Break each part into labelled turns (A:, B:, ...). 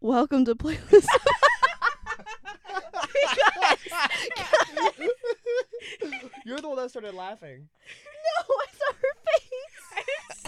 A: welcome to playlist.
B: You're the one that started laughing.
A: no, I saw her face.
C: I didn't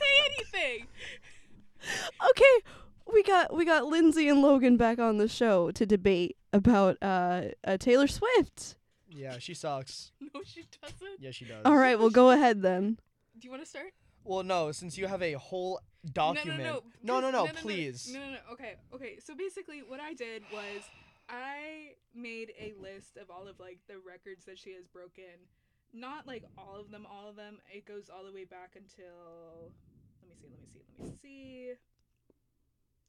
C: say anything.
A: Okay, we got we got Lindsay and Logan back on the show to debate about uh, uh Taylor Swift.
B: Yeah, she sucks.
C: No, she doesn't.
B: Yeah, she does.
A: All right, well go ahead then.
C: Do you want to start?
B: Well, no, since you have a whole
C: No,
B: document.
C: No,
B: No,
C: no,
B: no,
C: because-
B: no, please.
C: No, no, no. Okay, okay. So basically, what I did was I made a list of all of like the records that she has broken. Not like all of them, all of them. It goes all the way back until. Let me see. Let me see. Let me see.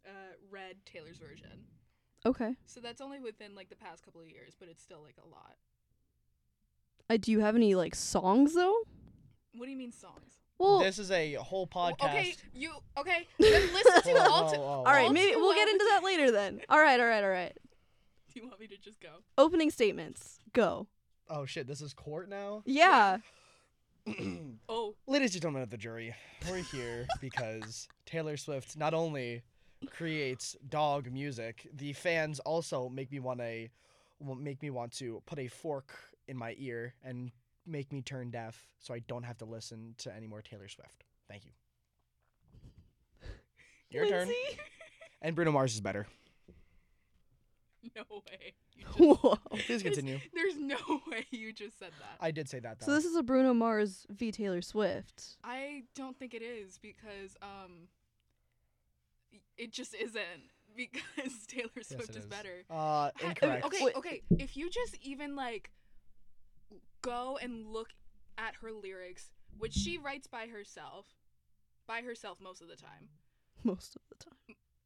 C: Uh, Red Taylor's version.
A: Okay.
C: So that's only within like the past couple of years, but it's still like a lot.
A: Uh, do you have any like songs though?
C: What do you mean songs?
A: Well,
B: This is a whole podcast.
C: Oh, Okay, you okay? Then listen to
B: Whoa,
C: all.
B: whoa,
C: T-
B: whoa,
A: all right,
B: whoa.
C: I'll
A: maybe
C: do
A: we'll
C: one
A: get
C: with
A: into that later then. All right, all right, all right.
C: do you want me to just go?
A: Opening statements. Go.
B: Oh shit, this is court now.
A: Yeah.
C: Oh,
B: Ladies and gentlemen of the jury, we're here because Taylor Swift not only creates dog music, the fans also make me want a w- make me want to put a fork in my ear and make me turn deaf so I don't have to listen to any more Taylor Swift. Thank you. Your turn.
A: Lindsay?
B: And Bruno Mars is better.
C: no way. You just-
A: Whoa.
B: Please continue.
C: There's no way you just said that.
B: I did say that though.
A: So this is a Bruno Mars v Taylor Swift.
C: I don't think it is because um y- it just isn't because Taylor Swift
B: it
C: is,
B: is.
C: better.
B: uh
C: Ha-
B: incorrect.
C: Okay,
A: Wait.
C: okay. If you just even like go and look at her lyrics, which she writes by herself, by herself most of the time.
A: Most of the time.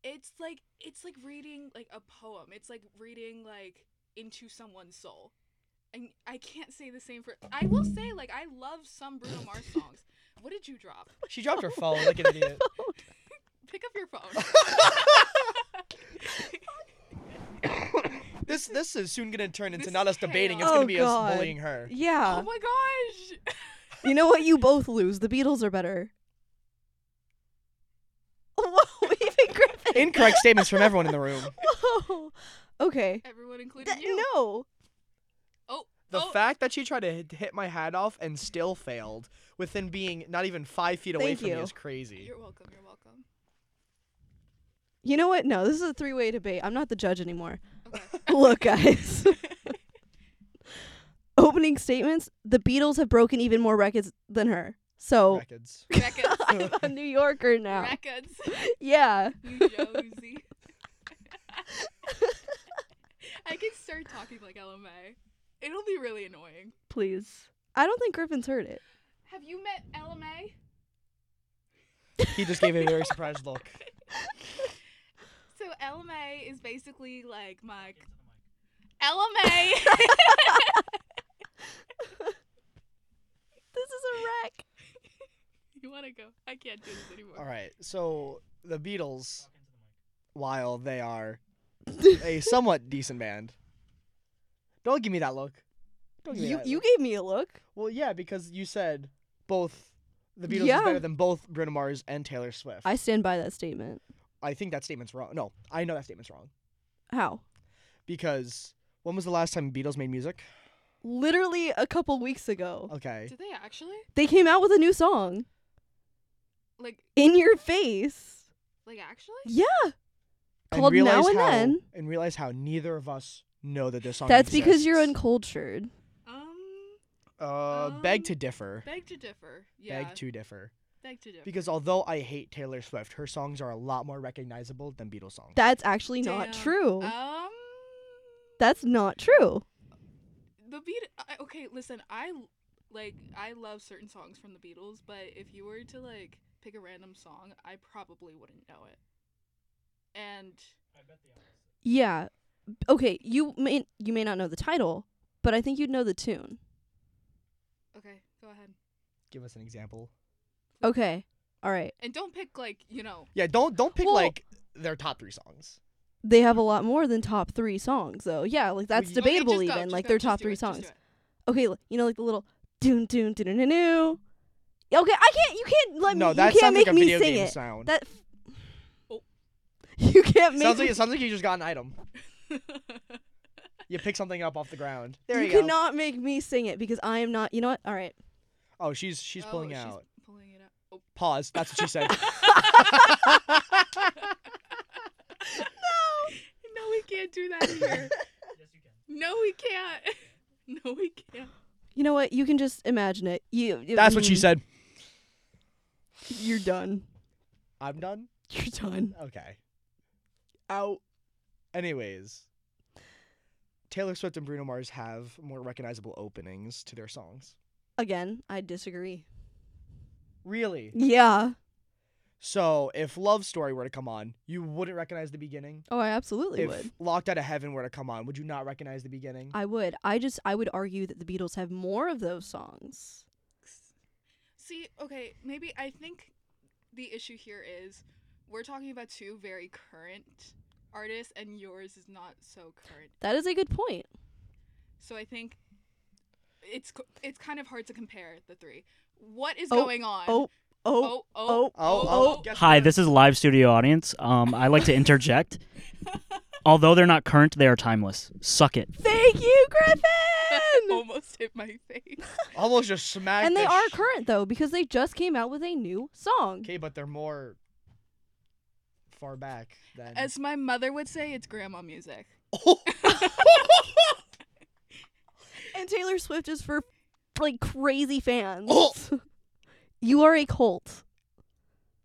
C: It's like it's like reading like a poem. It's like reading like into someone's soul. And I can't say the same for I will say like I love some Bruno Mars songs. What did you drop?
B: She dropped her phone like an idiot.
C: Pick up your phone.
B: This this is soon gonna turn into
C: This
B: not us
C: is
B: debating. It's
C: chaos.
B: gonna
A: Oh,
B: be
A: God.
B: us bullying her.
A: Yeah.
C: oh my gosh.
A: you know what? You both lose. The Beatles are better. Whoa, even Griffin.
B: Incorrect statements from everyone in the room.
A: Whoa. Okay.
C: Everyone including
A: Th-
C: you.
A: no.
C: Oh,
B: The
C: oh,
B: fact that she tried to hit, hit my hat off and still failed within being not even five feet away
A: Thank
B: from
A: you.
B: me is crazy.
C: You're welcome. You're welcome.
A: You know what? No, this is a three way debate. I'm not the judge anymore.
C: Okay.
A: Look, guys. Opening statements The Beatles have broken even more records than her. So
B: Records.
C: Records.
A: I'm a New Yorker now.
C: Records.
A: yeah.
C: New Josie. I can start talking like LMA. It'll be really annoying.
A: Please. I don't think Griffin's heard it.
C: Have you met LMA?
B: He just gave me a very surprised look.
C: So LMA is basically like my LMA.
A: This is a wreck.
C: you want to go? I can't do this anymore.
B: All right, so the Beatles, while they are a somewhat decent band, don't give me that look. Don't give me
A: You
B: that
A: you
B: look.
A: gave me a look.
B: Well, yeah, because you said both the Beatles
A: Yeah.
B: is better than both Bruno Mars and Taylor Swift.
A: I stand by that statement.
B: I think that statement's wrong. No, I know that statement's wrong
A: How?
B: because when was the last time Beatles made music?
A: Literally a couple weeks ago.
B: Okay.
C: Did they actually?
A: They came out with a new song.
C: Like
A: In your face.
C: like actually?
A: Yeah.
B: And
A: Called
B: realize
A: Now and
B: how-
A: Then.
B: and realize how neither of us know that this song.
A: That's because you're Oh.
B: exists.
A: uncultured.
C: Um
B: Uh, beg
C: Um,
B: to differ.
C: Beg to differ. Yeah.
B: Beg to differ.
C: beg to differ.
B: Because although I hate Taylor Swift, her songs are a lot more recognizable than Beatles songs.
A: That's actually not
C: Damn.
A: true.
C: um
A: That's not true.
C: the beat I, okay, listen, I l- like I love certain songs from the Beatles, but if you were to like pick a random song, I probably wouldn't know it. And
A: Yeah. Okay, you may you may not know the title, but I think you'd know the tune.
C: okay, go ahead.
B: Give us an example.
A: Okay. All right.
C: And don't pick like, you know,
B: Yeah, don't don't pick
A: Well-
B: like their top three songs.
A: They have a lot more than top 3 songs though. Yeah, like that's
B: you-
C: okay,
A: debatable
C: just go,
A: even
C: just
A: like
C: go,
A: their
C: just
A: top
C: do
A: 3
C: it, just
A: songs.
C: do it.
A: okay, l- you know, like the little doon doon doon doon doon. Okay, I can't. You can't let me.
B: no,
A: you
B: that
A: can't
B: sounds
A: make
B: like a
A: me
B: video
A: sing
B: game
A: it.
B: sound.
A: That. f-
C: Oh.
A: You can't make
B: Sounds like
A: me-
B: it sounds like you just got an item. You pick something up off the ground. There you,
A: you
B: go.
A: cannot make me sing it because I am not. You know what? All right.
B: Oh, she's she's
C: Oh,
B: pulling
C: she's
B: out.
C: Pulling it out.
B: Pause. That's what she said.
C: Oh. no. No, we can't do that here.
D: Yes, you can.
C: No, we can't. No, we can't.
A: You know what? You can just imagine it. You. you-
B: That's what she
A: mm,
B: said.
A: You're done.
B: I'm done.
A: You're done.
B: Okay.
A: Out.
B: Anyways, Taylor Swift and Bruno Mars have more recognizable openings to their songs.
A: Again, I disagree.
B: Really?
A: Yeah.
B: So, if Love Story were to come on, you wouldn't recognize the beginning.
A: Oh, I absolutely
B: if
A: would.
B: Locked Out of Heaven were to come on, would you not recognize the beginning?
A: I would. I just I would argue that the Beatles have more of those songs.
C: See, okay, maybe I think the issue here is we're talking about two very current artists, and yours is not so current.
A: That is a good point.
C: So I think it's co- it's kind of hard to compare the three. What is
A: Oh,
C: going on?
A: Oh, oh,
C: oh, oh,
A: oh,
B: oh,
A: oh.
B: guess
D: Hi,
B: what?
D: this is live studio audience. Um, I like to interject. Although they're not current, they are timeless. Suck it.
A: Thank you,
B: Oh
A: Griffin.
C: almost hit my face.
B: almost just smacked.
A: and they
B: the
A: are
B: sh-
A: current though because they just came out with a new song.
B: Okay, but they're more far back than. Oh,
C: As my mother would say, it's grandma music.
A: And Taylor Swift is for like crazy fans.
B: Oh.
A: you are a cult.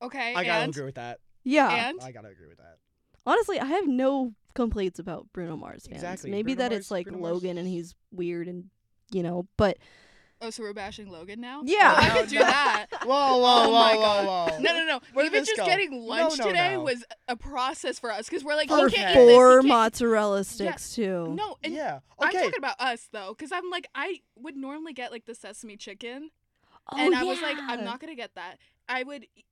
C: Okay,
B: I gotta
C: and
B: agree with that.
A: Yeah.
C: and
B: I gotta agree with that.
A: Honestly, I have no complaints about Bruno Mars fans.
B: Exactly.
A: Maybe
B: Bruno
A: that
B: Mars-
A: it's like
B: Bruno Mars
A: Logan and
B: is-
A: he's weird and you know, but
C: oh, so we're bashing Logan now?
A: Yeah.
C: Oh, I
B: No,
C: could do
B: no.
C: that.
B: Whoa, whoa,
C: Oh
B: whoa,
C: my
B: whoa, whoa.
C: No, no, no.
B: Where did
C: Even
B: this
C: just
B: go?
C: getting lunch
B: no,
C: today
B: no.
C: was a process for us because we're like,
A: for
C: he can't eat this, he
A: four
C: can't-
A: mozzarella sticks too.
C: No, and
B: yeah.
C: I'm
B: Okay.
C: talking about us though, because I'm like, I would normally get like the sesame chicken,
A: Oh,
C: and I was like,
A: yeah.
C: I'm not gonna get that. I would, e,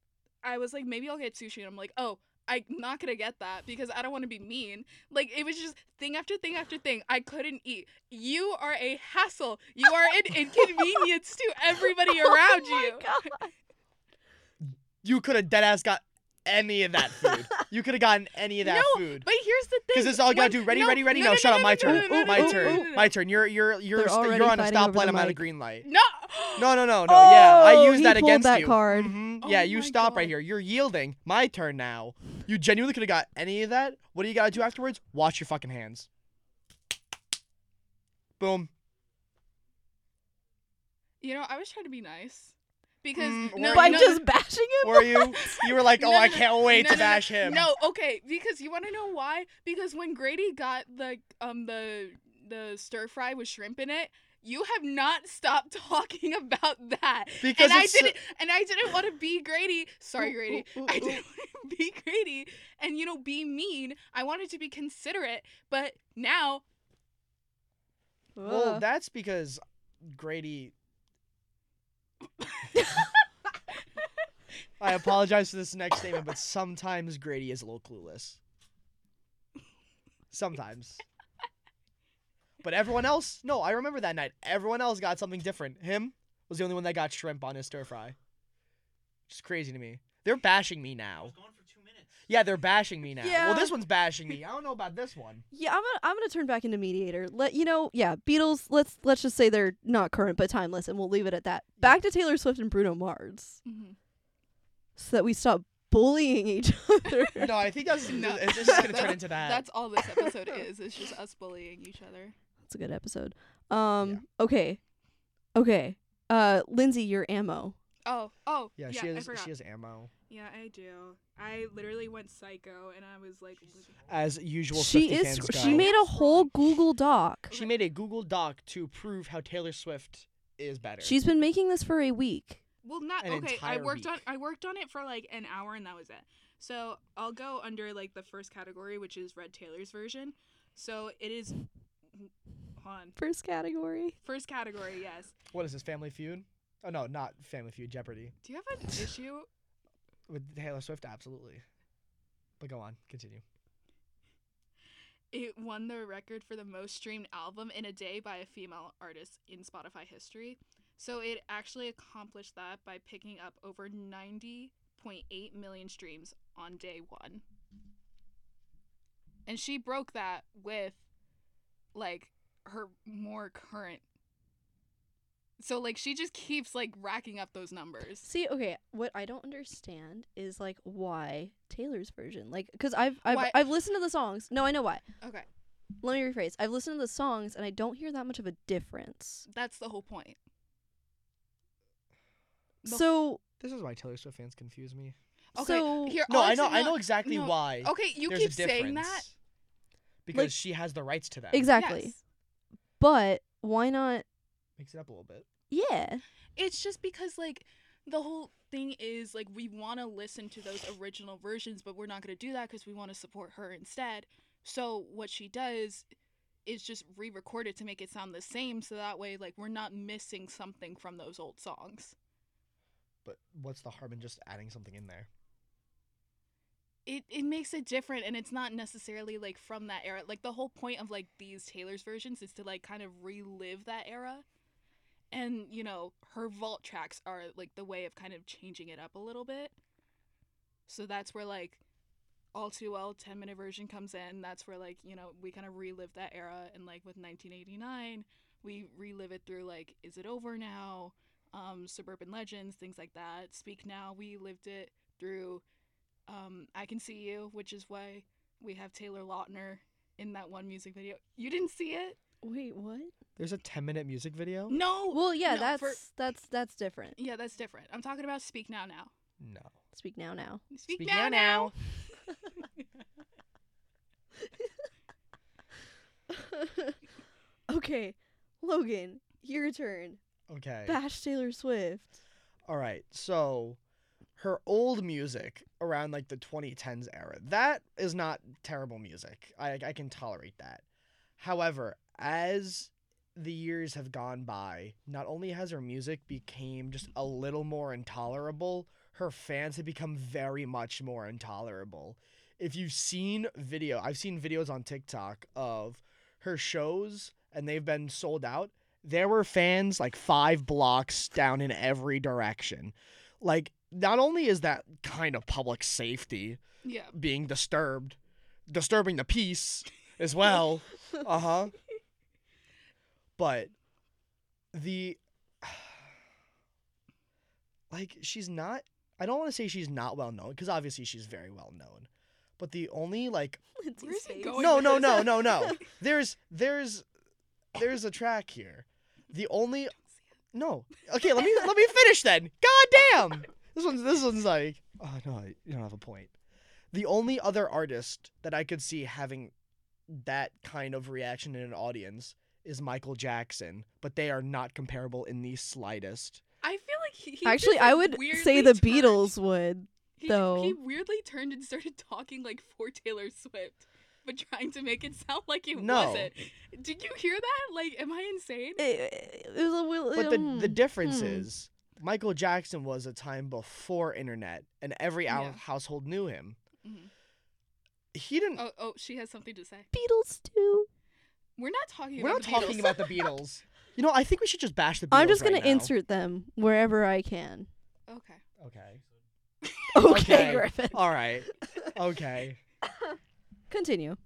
C: I was like, maybe I'll get sushi, and I'm like, oh. I'm not gonna get that because I don't want to be mean. Like it was just thing after thing after thing. I couldn't eat. You are a hassle. You are an inconvenience to everybody around
A: oh my
C: you.
A: God.
B: you could have dead ass got any of that food. you could have gotten any of that
C: No,
B: food.
C: But here's the thing.
B: Because it's all you gotta
C: when-
B: do. Ready,
C: no,
B: ready, ready.
C: No,
B: No,
C: no,
B: shut
C: no,
B: up.
C: no,
B: my
C: no,
B: turn.
C: no, no, no,
B: my
C: no,
B: turn.
C: no, no, no.
B: My turn. You're you're you're
A: They're
B: st-
A: already
B: you're on a
A: fighting over
B: stoplight.
A: the
B: I'm at a
A: mic.
B: green light.
C: No.
B: No, no, no, no.
A: Oh,
B: yeah, I used
A: he
B: that
A: pulled
B: against
A: that
B: you.
A: card.
B: Mhm.
C: Oh
B: yeah, you
C: my
B: stop right
C: God.
B: here. You're yielding. My turn now. You genuinely could have got any of that. What do you gotta do afterwards? Wash your fucking hands. Boom.
C: You know, I was trying to be nice because
B: Mm,
C: no,
B: were
A: By
C: no,
A: just bashing him.
B: Were you? You were like, oh,
C: No,
B: I
C: no,
B: can't wait
C: no,
B: to
C: no, no,
B: bash him.
C: No, okay, because you want to know why? Because when Grady got the um the the stir fry with shrimp in it, you have not stopped talking about that.
B: Because
C: and I
B: it's so-
C: didn't and I didn't want to be Grady. Sorry, Grady.
A: Ooh, ooh,
C: I
A: ooh,
C: didn't want to be Grady and you know be mean. I wanted to be considerate, but now
A: ooh.
B: Well,
A: Ugh.
B: that's because Grady. I apologize for this next statement, but sometimes Grady is a little clueless. Sometimes. But everyone else, no, I remember that night. Everyone else got something different. Him was the only one that got shrimp on his stir fry. It's crazy to me. They're bashing me
D: I
B: now.
D: was gone for two minutes.
B: Yeah, they're bashing me now.
A: Yeah.
B: Well, this one's bashing me. I don't know about this one.
A: Yeah, I'm gonna I'm gonna turn back into mediator. Let you know, yeah, Beatles. Let's let's just say they're not current but timeless, and we'll leave it at that. Back to Taylor Swift and Bruno Mars,
C: mm-hmm,
A: so that we stop bullying each other.
B: No, I think that's
C: No.
B: it's just gonna turn
C: That's-
B: into that.
C: that's all this episode is. It's just us bullying each other.
A: That's a good episode. Um, okay, okay. Uh, Lindsay, your ammo.
C: Oh, oh,
B: Yeah,
C: yeah,
B: she
C: I
B: has
C: forgot.
B: she has ammo.
C: Yeah, I do. I literally went psycho and I was like, li-
B: As usual,
A: she
B: Swiftie
A: is.
B: fans
A: sc-
B: go.
A: She made a whole Google Doc.
B: She made a Google Doc to prove how Taylor Swift is better.
A: She's been making this for a week.
C: well, not
B: An
C: okay. I
B: entire
C: worked on
B: week.
C: I worked on it for like an hour and that was it. So I'll go under like the first category, which is Red Taylor's version. So it is. Hold on.
A: First category.
C: First category, yes.
B: what is this Family Feud? Oh no, not Family Feud. Jeopardy
C: Do you have an issue?
B: with Taylor Swift, absolutely. But go on, continue.
C: It won the record for the most streamed album in a day by a female artist in Spotify history. So it actually accomplished that by picking up over 90.8 million streams on day one. And she broke that with like her more current. So like she just keeps like racking up those numbers.
A: See, okay, what I don't understand is like why Taylor's version, like, because I've I've,
C: Why-
A: I've listened to the songs. No, I know why.
C: Okay.
A: Let me rephrase. I've listened to the songs and I don't hear that much of a difference.
C: That's the whole point. The
A: So,
B: This is why Taylor Swift fans confuse me.
C: Okay,
A: so
C: here
B: No,
C: all
B: I know, I
C: no-
B: know exactly
C: no.
B: why.
C: Okay, you
B: there's
C: keep
B: a
C: saying that.
B: difference. because she has the rights to that.
A: exactly.
C: Yes.
A: But why not?
B: Mix it up a little bit.
A: Yeah,
C: It's just because like the whole thing is like we want to listen to those original versions, but we're not going to do that because we want to support her instead. So what she does is just re-record it to make it sound the same, so that way like we're not missing something from those old songs.
B: But what's the harm in just adding something in there?
C: It it makes it different, and it's not necessarily like from that era. Like the whole point of like these Taylor's versions is to like kind of relive that era. And you know her vault tracks are like the way of kind of changing it up a little bit. So that's where like all too well 10 minute version comes in. That's where like, you know, we kind of relive that era and like with 1989, we relive it through like is it over now? Um suburban legends, things like that. Speak now, we lived it through um I can see you, which is why we have Taylor Lautner in that one music video. You didn't see it?
A: Wait, what?
B: There's a 10 minute music video?
C: No.
A: Well, yeah,
C: No,
A: that's
C: for-
A: that's that's different.
C: yeah, that's different. I'm talking about Speak Now now.
B: No.
A: Speak now, now.
C: Speak,
B: Speak
C: now,
B: Now
A: okay, Logan, your turn.
B: Okay.
A: Bash Taylor Swift.
B: All right. So her old music around like the 2010s era, that is not terrible music. I, I can tolerate that. However, as the years have gone by, not only has her music became just a little more intolerable, her fans have become very much more intolerable. If you've seen video, I've seen videos on TikTok of her shows and they've been sold out. There were fans like 5 blocks down in every direction. Like not only is that kind of public safety
C: Yeah.
B: being disturbed, disturbing the peace as well. Uh huh. but the like she's not. I don't want to say she's not well known because obviously she's very well known. But the only like
A: Lindsay's
C: Where's it
A: face.
C: going?
B: no no no no no there's there's there's a track here. The only no okay let me let me finish then. God damn this one's this one's like oh no you don't have a point. The only other artist that I could see having that kind of reaction in an audience is Michael Jackson, but they are not comparable in the slightest.
C: I feel like he, he
A: Actually,
C: just,
A: I would
C: like,
A: say
C: weirdly
A: the
C: turned-
A: Beatles would.
C: He,
A: though.
C: he weirdly turned and started talking like for Taylor Swift, but trying to make it sound like it
B: No.
C: wasn't. Did you hear that? Like, am I insane?
A: Eh, It, it was a will-
B: But the, the
A: um,
B: difference
A: hmm.
B: is Michael Jackson was a time before internet, and every hou-
C: Yeah.
B: household knew him.
A: Mm-hmm.
C: Mhm.
B: He didn't.
C: Oh, oh, she has something to say.
A: Beatles too.
C: We're not talking.
B: we're not
C: about the
B: talking
C: Beatles.
B: about the Beatles. You know, I think we should just bash the Beatles.
A: I'm just
B: right
A: gonna
B: now.
A: insert them wherever I can.
C: Okay.
B: Okay.
A: Okay,
B: Okay.
A: Griffin.
B: All right. Okay.
A: Continue.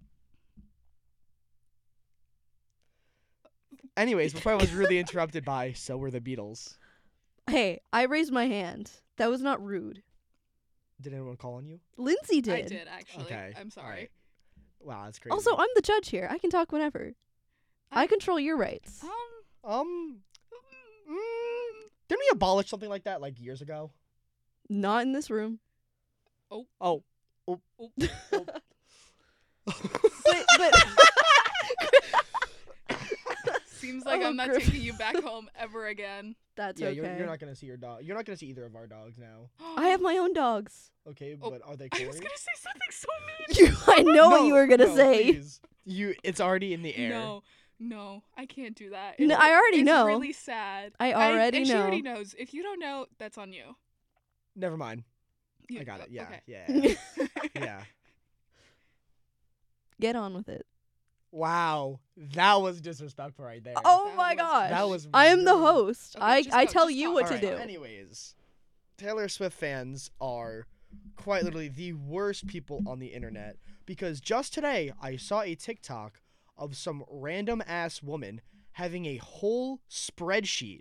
B: Anyways, before I was really interrupted by, so were the Beatles.
A: Hey, I raised my hand. That was not rude.
B: Did anyone call on you?
A: Lindsay did.
C: I did actually.
B: Okay.
C: I'm
B: all
C: sorry.
B: right. Wow, that's crazy.
A: Also, I'm the judge here. I can talk whenever. I,
C: I-
A: control your rights.
C: Um.
B: um,
C: mm,
B: mm, didn't we abolish something like that like years ago?
A: Not in this room.
B: Oh,
C: oh,
A: But, but
C: Seems like
A: Oh,
C: I'm not
A: Griff.
C: taking you back home ever again.
A: that's
B: yeah.
A: okay.
B: You're, you're not gonna see your dog. You're not gonna see either of our dogs now.
A: I have my own dogs.
B: Okay,
C: Oh,
B: but are they
C: I
B: Corey?
C: was gonna say something so mean.
A: You, I know what you were gonna
B: no,
A: say.
B: please. You, it's already in the air.
C: No, no, I can't do that.
A: No,
C: It's-
A: I already
C: it's
A: know.
C: Really sad.
A: I already
C: and She already
A: know.
C: knows. If you don't know, that's on you.
B: Never mind.
C: You-
B: I got it.
C: oh,
B: Yeah,
C: okay.
B: yeah, yeah.
A: Get on with it.
B: Wow, that was disrespectful right there.
A: Oh
C: That
A: my
C: was-
A: gosh.
B: that was.
A: I am the
B: really-
A: host.
C: Okay,
A: I,
C: just
A: I
C: go,
A: tell
C: just
A: you
C: talk.
A: what
B: All
A: to
B: right,
A: do.
B: Anyways, Taylor Swift fans are quite literally the worst people on the internet because just today I saw a TikTok of some random ass woman having a whole spreadsheet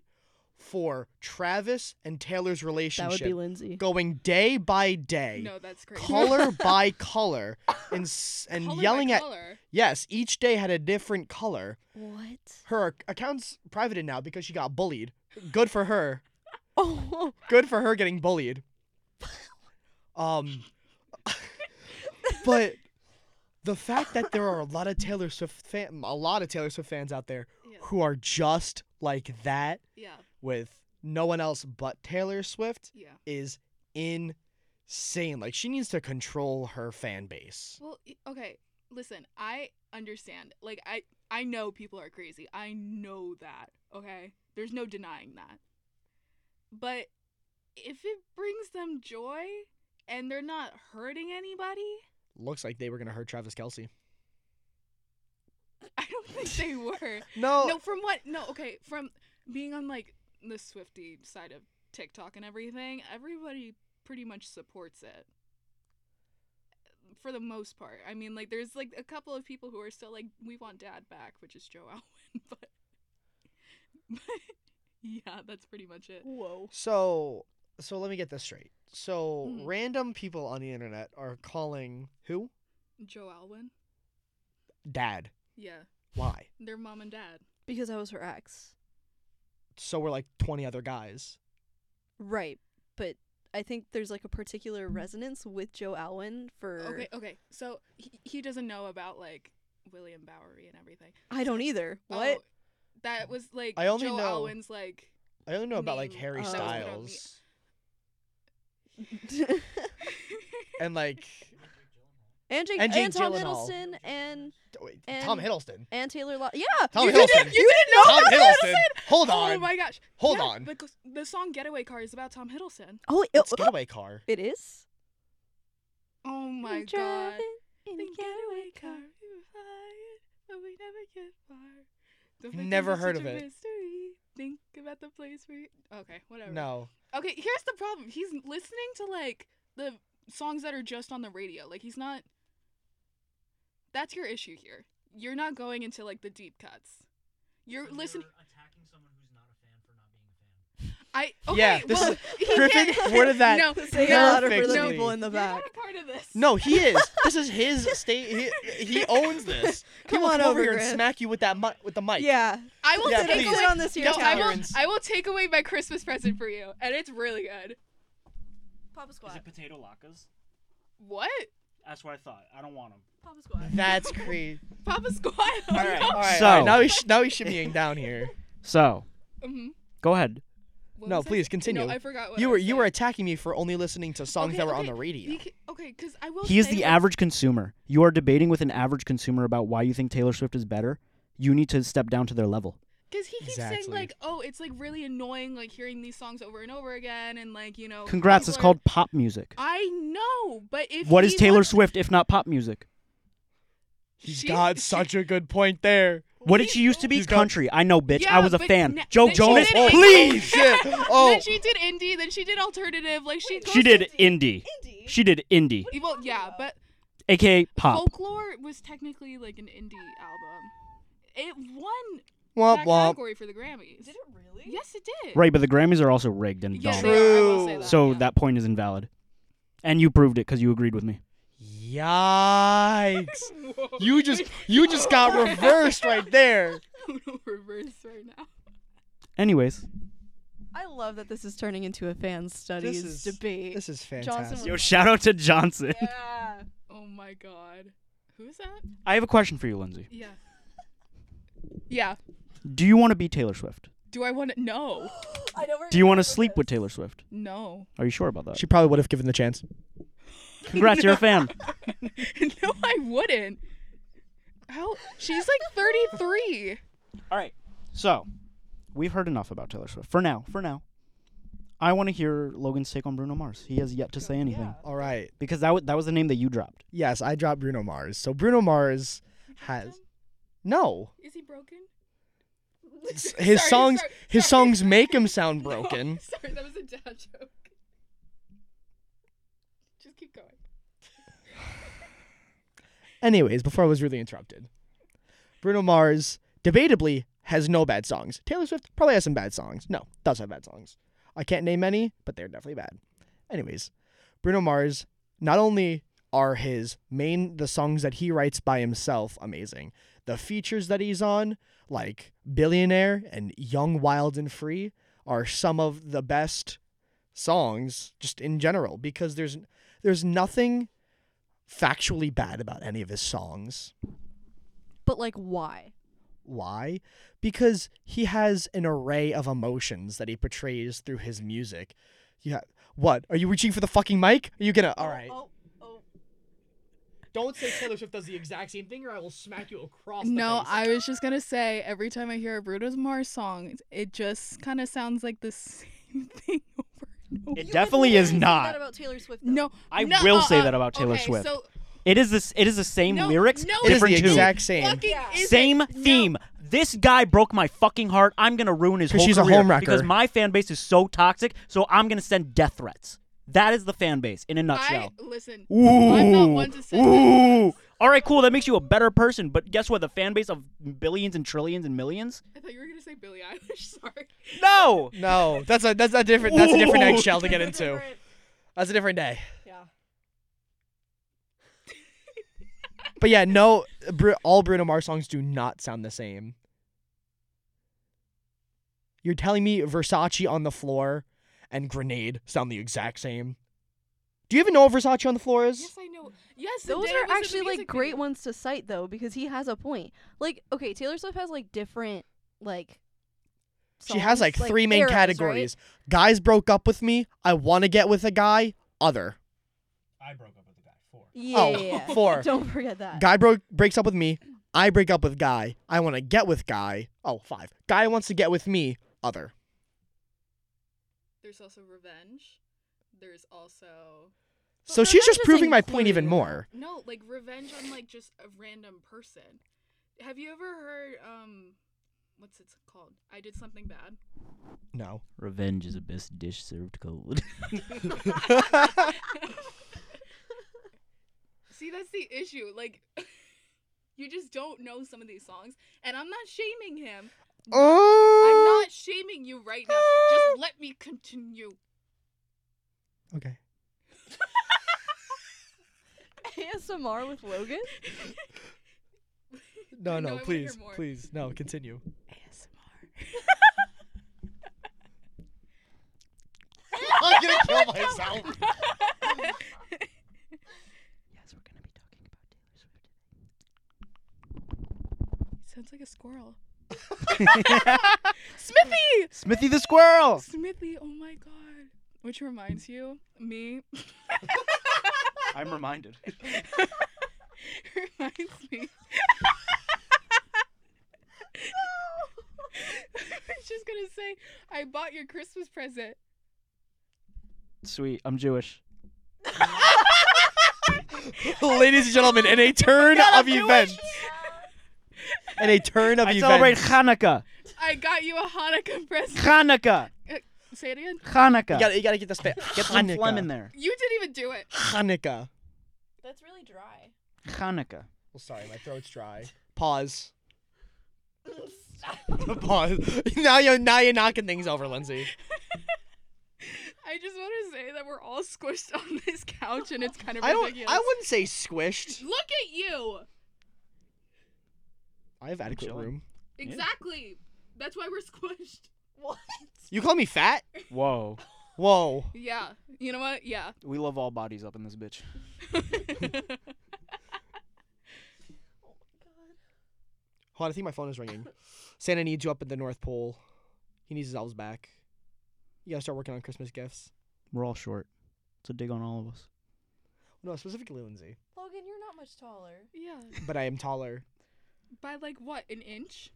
B: for Travis and Taylor's
A: That would
B: relationship
A: be Lindsay.
B: going day by day,
C: No, that's crazy.
B: color by color, and s- and
C: Color by
B: yelling at
C: color.
B: yes, each day had a different color.
A: What?
B: Her ac- account's privated now because she got bullied. Good for her.
A: Oh,
B: Good for her getting bullied. Um, but the fact that there are a lot of Taylor Swift fan, a lot of Taylor Swift fans out there
C: Yeah.
B: who are just like that
C: yeah,
B: with no one else but Taylor Swift
C: yeah.
B: is insane. Like she needs to control her fan base.
C: Well, y- okay. Listen, I understand. Like I I know people are crazy. I know that. Okay? There's no denying that. But if it brings them joy and they're not hurting anybody,
B: Looks like they were gonna hurt Travis Kelsey.
C: I don't think they were.
B: No,
C: no, from what? No, okay, from being on like the Swifty side of TikTok and everything, everybody pretty much supports it. For the most part, I mean, like there's like a couple of people who are still like, we want Dad back, which is Joe Alwyn, but, but yeah, that's pretty much it.
A: whoa.
B: So, so let me get this straight. So,
C: Mhm.
B: random people on the internet are calling who?
C: Joe Alwyn,
B: Dad.
C: yeah,
B: Why?
C: their mom and dad.
A: Because I was her ex.
B: So we're like 20 other guys.
A: Right. But I think there's like a particular resonance with Joe Alwyn for.
C: Okay, okay, so he, he doesn't know about like William Bowery and everything.
A: I don't either. What?
C: Oh, that was like
B: I only
C: Joe
B: know-
C: Alwyn's like
B: I only know about like
C: Name.
B: Harry
A: Oh. That was what I
C: mean.
B: Styles and like
A: and, Jake,
B: And
A: and,
B: Jake
A: Tom
B: Gyllenhaal.
A: Hiddleston and
B: wait,
A: And- Oh,
B: Tom Hiddleston.
A: and Taylor. Laut- yeah.
B: Tom
C: you
B: Hiddleston.
C: didn't, you didn't know
B: Tom
C: about
B: Hiddleston. Hold
C: Oh
B: on.
C: my gosh.
B: Hold
C: Yeah,
B: on.
C: The, the song Getaway Car is about Tom Hiddleston.
A: Oh, it,
B: It's getaway car.
A: it is.
C: Oh my
A: I'm
C: god.
A: driving in
C: The
A: a getaway car.
C: we were flying, but we never get far. Don't
B: I've
C: make
B: never
C: of it
B: heard
C: such
B: of
C: a
B: it.
C: Mystery. Think about the place where. You... Okay, whatever.
B: No.
C: Okay, here's the problem. He's listening to like the songs that are just on the radio. Like he's not. That's your issue here. You're not going into like the deep cuts. You're listening.
E: attacking someone who's not a fan for not being a fan.
C: I okay,
B: Yeah, this
C: well,
B: is-
C: he
B: Griffin
C: can't-
B: worded that
C: No,
A: Say
C: no,
A: it louder for the
B: Perfectly.
A: people in the
C: You're not
A: back.
C: a part of this.
B: No, he is. this is his state. He, he owns this. He
A: Come
B: will
A: on
B: come
A: over,
B: here and
A: Griff.
B: smack you with that mi- with the mic.
A: Yeah.
C: I will
B: Yeah,
C: take
B: please.
C: away.
A: Sit on this here,
C: no, I will.
B: Karen's.
C: I will take away my Christmas present for you, and it's really good.
A: Papa
D: Is it potato latkes?
C: What?
D: That's what I thought. I don't want them.
A: Papa squad.
B: That's crazy.
C: Papa Squad.
B: All right. All right.
D: So-
B: all right. Now he's now he's shimmying down here.
D: So
C: hmm
D: go ahead.
B: No, please continue.
C: No, I forgot. What
B: You
C: I
B: were
C: was
B: you were
C: saying.
B: attacking me for only listening to songs
C: Okay,
B: that were on
C: okay,
B: the radio.
C: beca- okay, because I will.
D: He is
C: say
D: the
C: that-
D: average consumer. You are debating with an average consumer about why you think Taylor Swift is better. You need to step down to their level.
C: Because he keeps saying
B: Exactly.
C: like, oh, it's like really annoying, like hearing these songs over and over again, and like you know.
D: Congrats,
C: people
D: it's
C: are-
D: called pop music.
C: I know, but if
D: What is
C: he
D: Taylor
C: wants-
D: Swift if not pop music?
B: He's
C: She-
B: got
C: she-
B: such a good point there.
D: What did
C: Please
D: she used to be?
B: She's got-
D: Country. I know, bitch.
C: Yeah,
D: I was a
C: but
D: fan.
C: na-
D: Joe
C: then she
D: Jonas,
C: did it.
D: please.
B: shit! Oh,
C: Then she did indie. Then she did alternative. Like she.
D: She
C: goes-
D: did indie.
A: Indy.
D: She did indie,
C: Well, yeah, but
D: aka pop.
C: Folklore was technically like an indie album. It won
B: womp
C: that
B: womp.
C: category for the Grammys.
A: it really?
C: Yes, it did.
D: Right, but the Grammys are also rigged and
C: Yeah,
D: dumb.
C: they are, I will say
B: True.
C: that,
D: So
C: yeah.
D: that point is invalid. And you proved it because you agreed with me.
B: Yikes! You just you just got reversed right there.
C: I'm gonna reverse right now.
D: Anyways,
A: I love that this is turning into a fan studies
B: is-
A: debate.
B: This is
A: Johnson
B: fantastic.
D: yo, shout out to Johnson.
A: yeah.
C: Oh my god. Who's that?
D: I have a question for you, Lindsay.
C: Yeah. Yeah.
D: Do you want to be Taylor Swift?
C: Do I want to? No.
A: I know we're
D: Do you want to sleep with Taylor Swift?
C: No.
D: Are you sure about that?
B: She probably would have given the chance.
D: Congrats, you're a fan.
C: no, I wouldn't. How? She's like 33.
D: All right. So, we've heard enough about Taylor Swift for now. For now, I want to hear Logan's take on Bruno Mars. He has yet to say anything
B: All right.
D: because that wa- that was the name that you dropped.
B: Yes, I dropped Bruno Mars. So Bruno Mars has no
C: Is he broken?
B: his songs.
C: sorry,
B: his
C: sorry.
B: songs make him sound broken.
C: Sorry, that was a dad joke. Just keep going.
B: Anyways, before I was really interrupted, Bruno Mars debatably has no bad songs. Taylor Swift probably has some bad songs. No, does have bad songs. I can't name any, but they're definitely bad. Anyways, Bruno Mars not only are his main the songs that he writes by himself amazing, the features that he's on, like Billionaire and Young Wild and Free, are some of the best songs just in general because there's there's nothing factually bad about any of his songs.
A: But like, why?
B: Why? Because he has an array of emotions that he portrays through his music. Yeah. What? Are you reaching for the fucking mic? Are you gonna? All right.
A: Oh, oh.
B: Don't say Taylor Swift does the exact same thing, or I will smack you across.
C: No, I was just gonna say every time I hear a Bruno Mars song, it just kind of sounds like the same thing over and over.
D: It definitely is not.
A: That about Taylor Swift. though.
C: No,
D: I
C: no,
D: will
C: uh,
D: say
C: uh,
D: that about Taylor
C: okay,
D: Swift.
C: So
D: It is this. It is the same
C: No,
D: lyrics,
C: no,
B: It is
D: different
B: the
D: tune.
B: exact same.
C: fucking
A: Yeah.
C: isn't.
D: Same
C: No.
D: theme. This guy broke my fucking heart. I'm gonna ruin his
B: 'Cause
D: whole
B: she's a
D: career
B: homewrecker.
D: because my fan base is so toxic. So I'm gonna send death threats. That is the fan base in a
C: I
D: nutshell.
C: listen.
D: Ooh,
C: I'm not one to send
D: ooh.
C: death
D: All right, cool. That makes you a better person. But guess what? The fan base of billions and trillions and millions.
C: I thought you were gonna say Billie Eilish. Sorry.
D: No.
B: No, that's a that's a different that's a different
D: Ooh.
B: eggshell to get into.
A: Different-
B: That's a different day.
A: Yeah.
B: But yeah, no, Bru- all Bruno Mars songs do not sound the same. You're telling me Versace on the floor and Grenade sound the exact same? Do you even know what Versace on the floor is?
C: Yes, I know. Yes, the
A: Those are
C: day was in the
A: actually like
C: music
A: great
C: video.
A: ones to cite though, because he has a point. Like, okay, Taylor Swift has like different like.
B: she has
A: songs,
B: like three main
A: eras, right?
B: categories. Guys broke up with me. I want to get with a guy. Other.
E: I broke up with the guy. Four.
A: Yeah.
B: Oh,
A: yeah, yeah.
B: four.
A: Don't forget that.
B: Guy broke breaks up with me. I break up with guy. I want to get with guy. Oh, five. Guy wants to get with me. Other.
C: There's also revenge. There's also
B: So
A: Well,
B: she's
A: that's
B: just
A: just
B: proving my point
A: included
B: even
A: in
B: more.
C: no like revenge on like just a random person. Have you ever heard um, what's it called? I did something bad.
B: No.
D: Revenge is the best dish served cold.
C: See, that's the issue. Like, you just don't know some of these songs, and I'm not shaming him. I'm
B: Oh.
C: not shaming you right now. Just let me continue.
B: Okay.
A: ASMR with Logan.
B: No,
C: No, I
B: no,
C: wanna hear
B: please,
C: more.
B: please, no, continue. I'm gonna kill myself.
D: yes, we're gonna be talking about Taylor Swift.
C: Sounds like a squirrel.
D: Smithy the squirrel.
C: Smithy, oh my god. Which reminds you, me
D: I'm reminded.
C: reminds me. I was just gonna say, I bought your Christmas present.
D: Sweet. I'm Jewish.
B: Ladies and gentlemen, in a turn of events, in a turn of
D: I
B: events,
D: celebrate Hanukkah.
C: I got you a Hanukkah present. Uh,
D: Hanukkah.
C: Say it again.
D: Hanukkah.
B: You gotta, you gotta get the spa- get
D: Some
B: Hanukkah.
D: phlegm in there.
C: You didn't even do it.
B: Hanukkah.
A: That's really dry.
D: Hanukkah.
B: Well, sorry, my throat's dry. Pause. Pause. Now you're now you're knocking things over, Lindsay.
C: I just want to say that we're all squished on this couch and it's kind of
B: I don't.
C: ridiculous.
B: I wouldn't say squished.
C: Look at you.
B: I have adequate
D: chilling.
B: room.
C: Exactly. That's why we're squished.
A: What?
B: You call me fat?
D: Whoa.
B: Whoa.
C: Yeah. You know what? Yeah.
D: We love all bodies up in this bitch.
B: Hold on, I think my phone is ringing. Santa needs you up at the North Pole. He needs his elves back. You gotta start working on Christmas gifts.
D: We're all short. It's a dig on all of us.
B: No, specifically Lindsay.
A: Logan, you're not much taller.
C: yeah.
B: But I am taller.
C: By like what? An inch?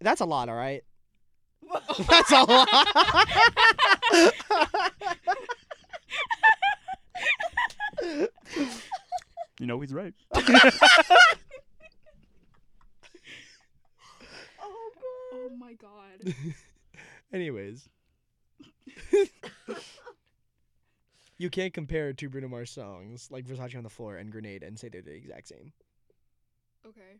B: That's a lot, all right? That's a lot.
D: You know he's right.
A: Oh
C: Oh my god.
B: Anyways. You can't compare two Bruno Mars songs like Versace on the Floor and Grenade and say they're the exact same.
C: Okay.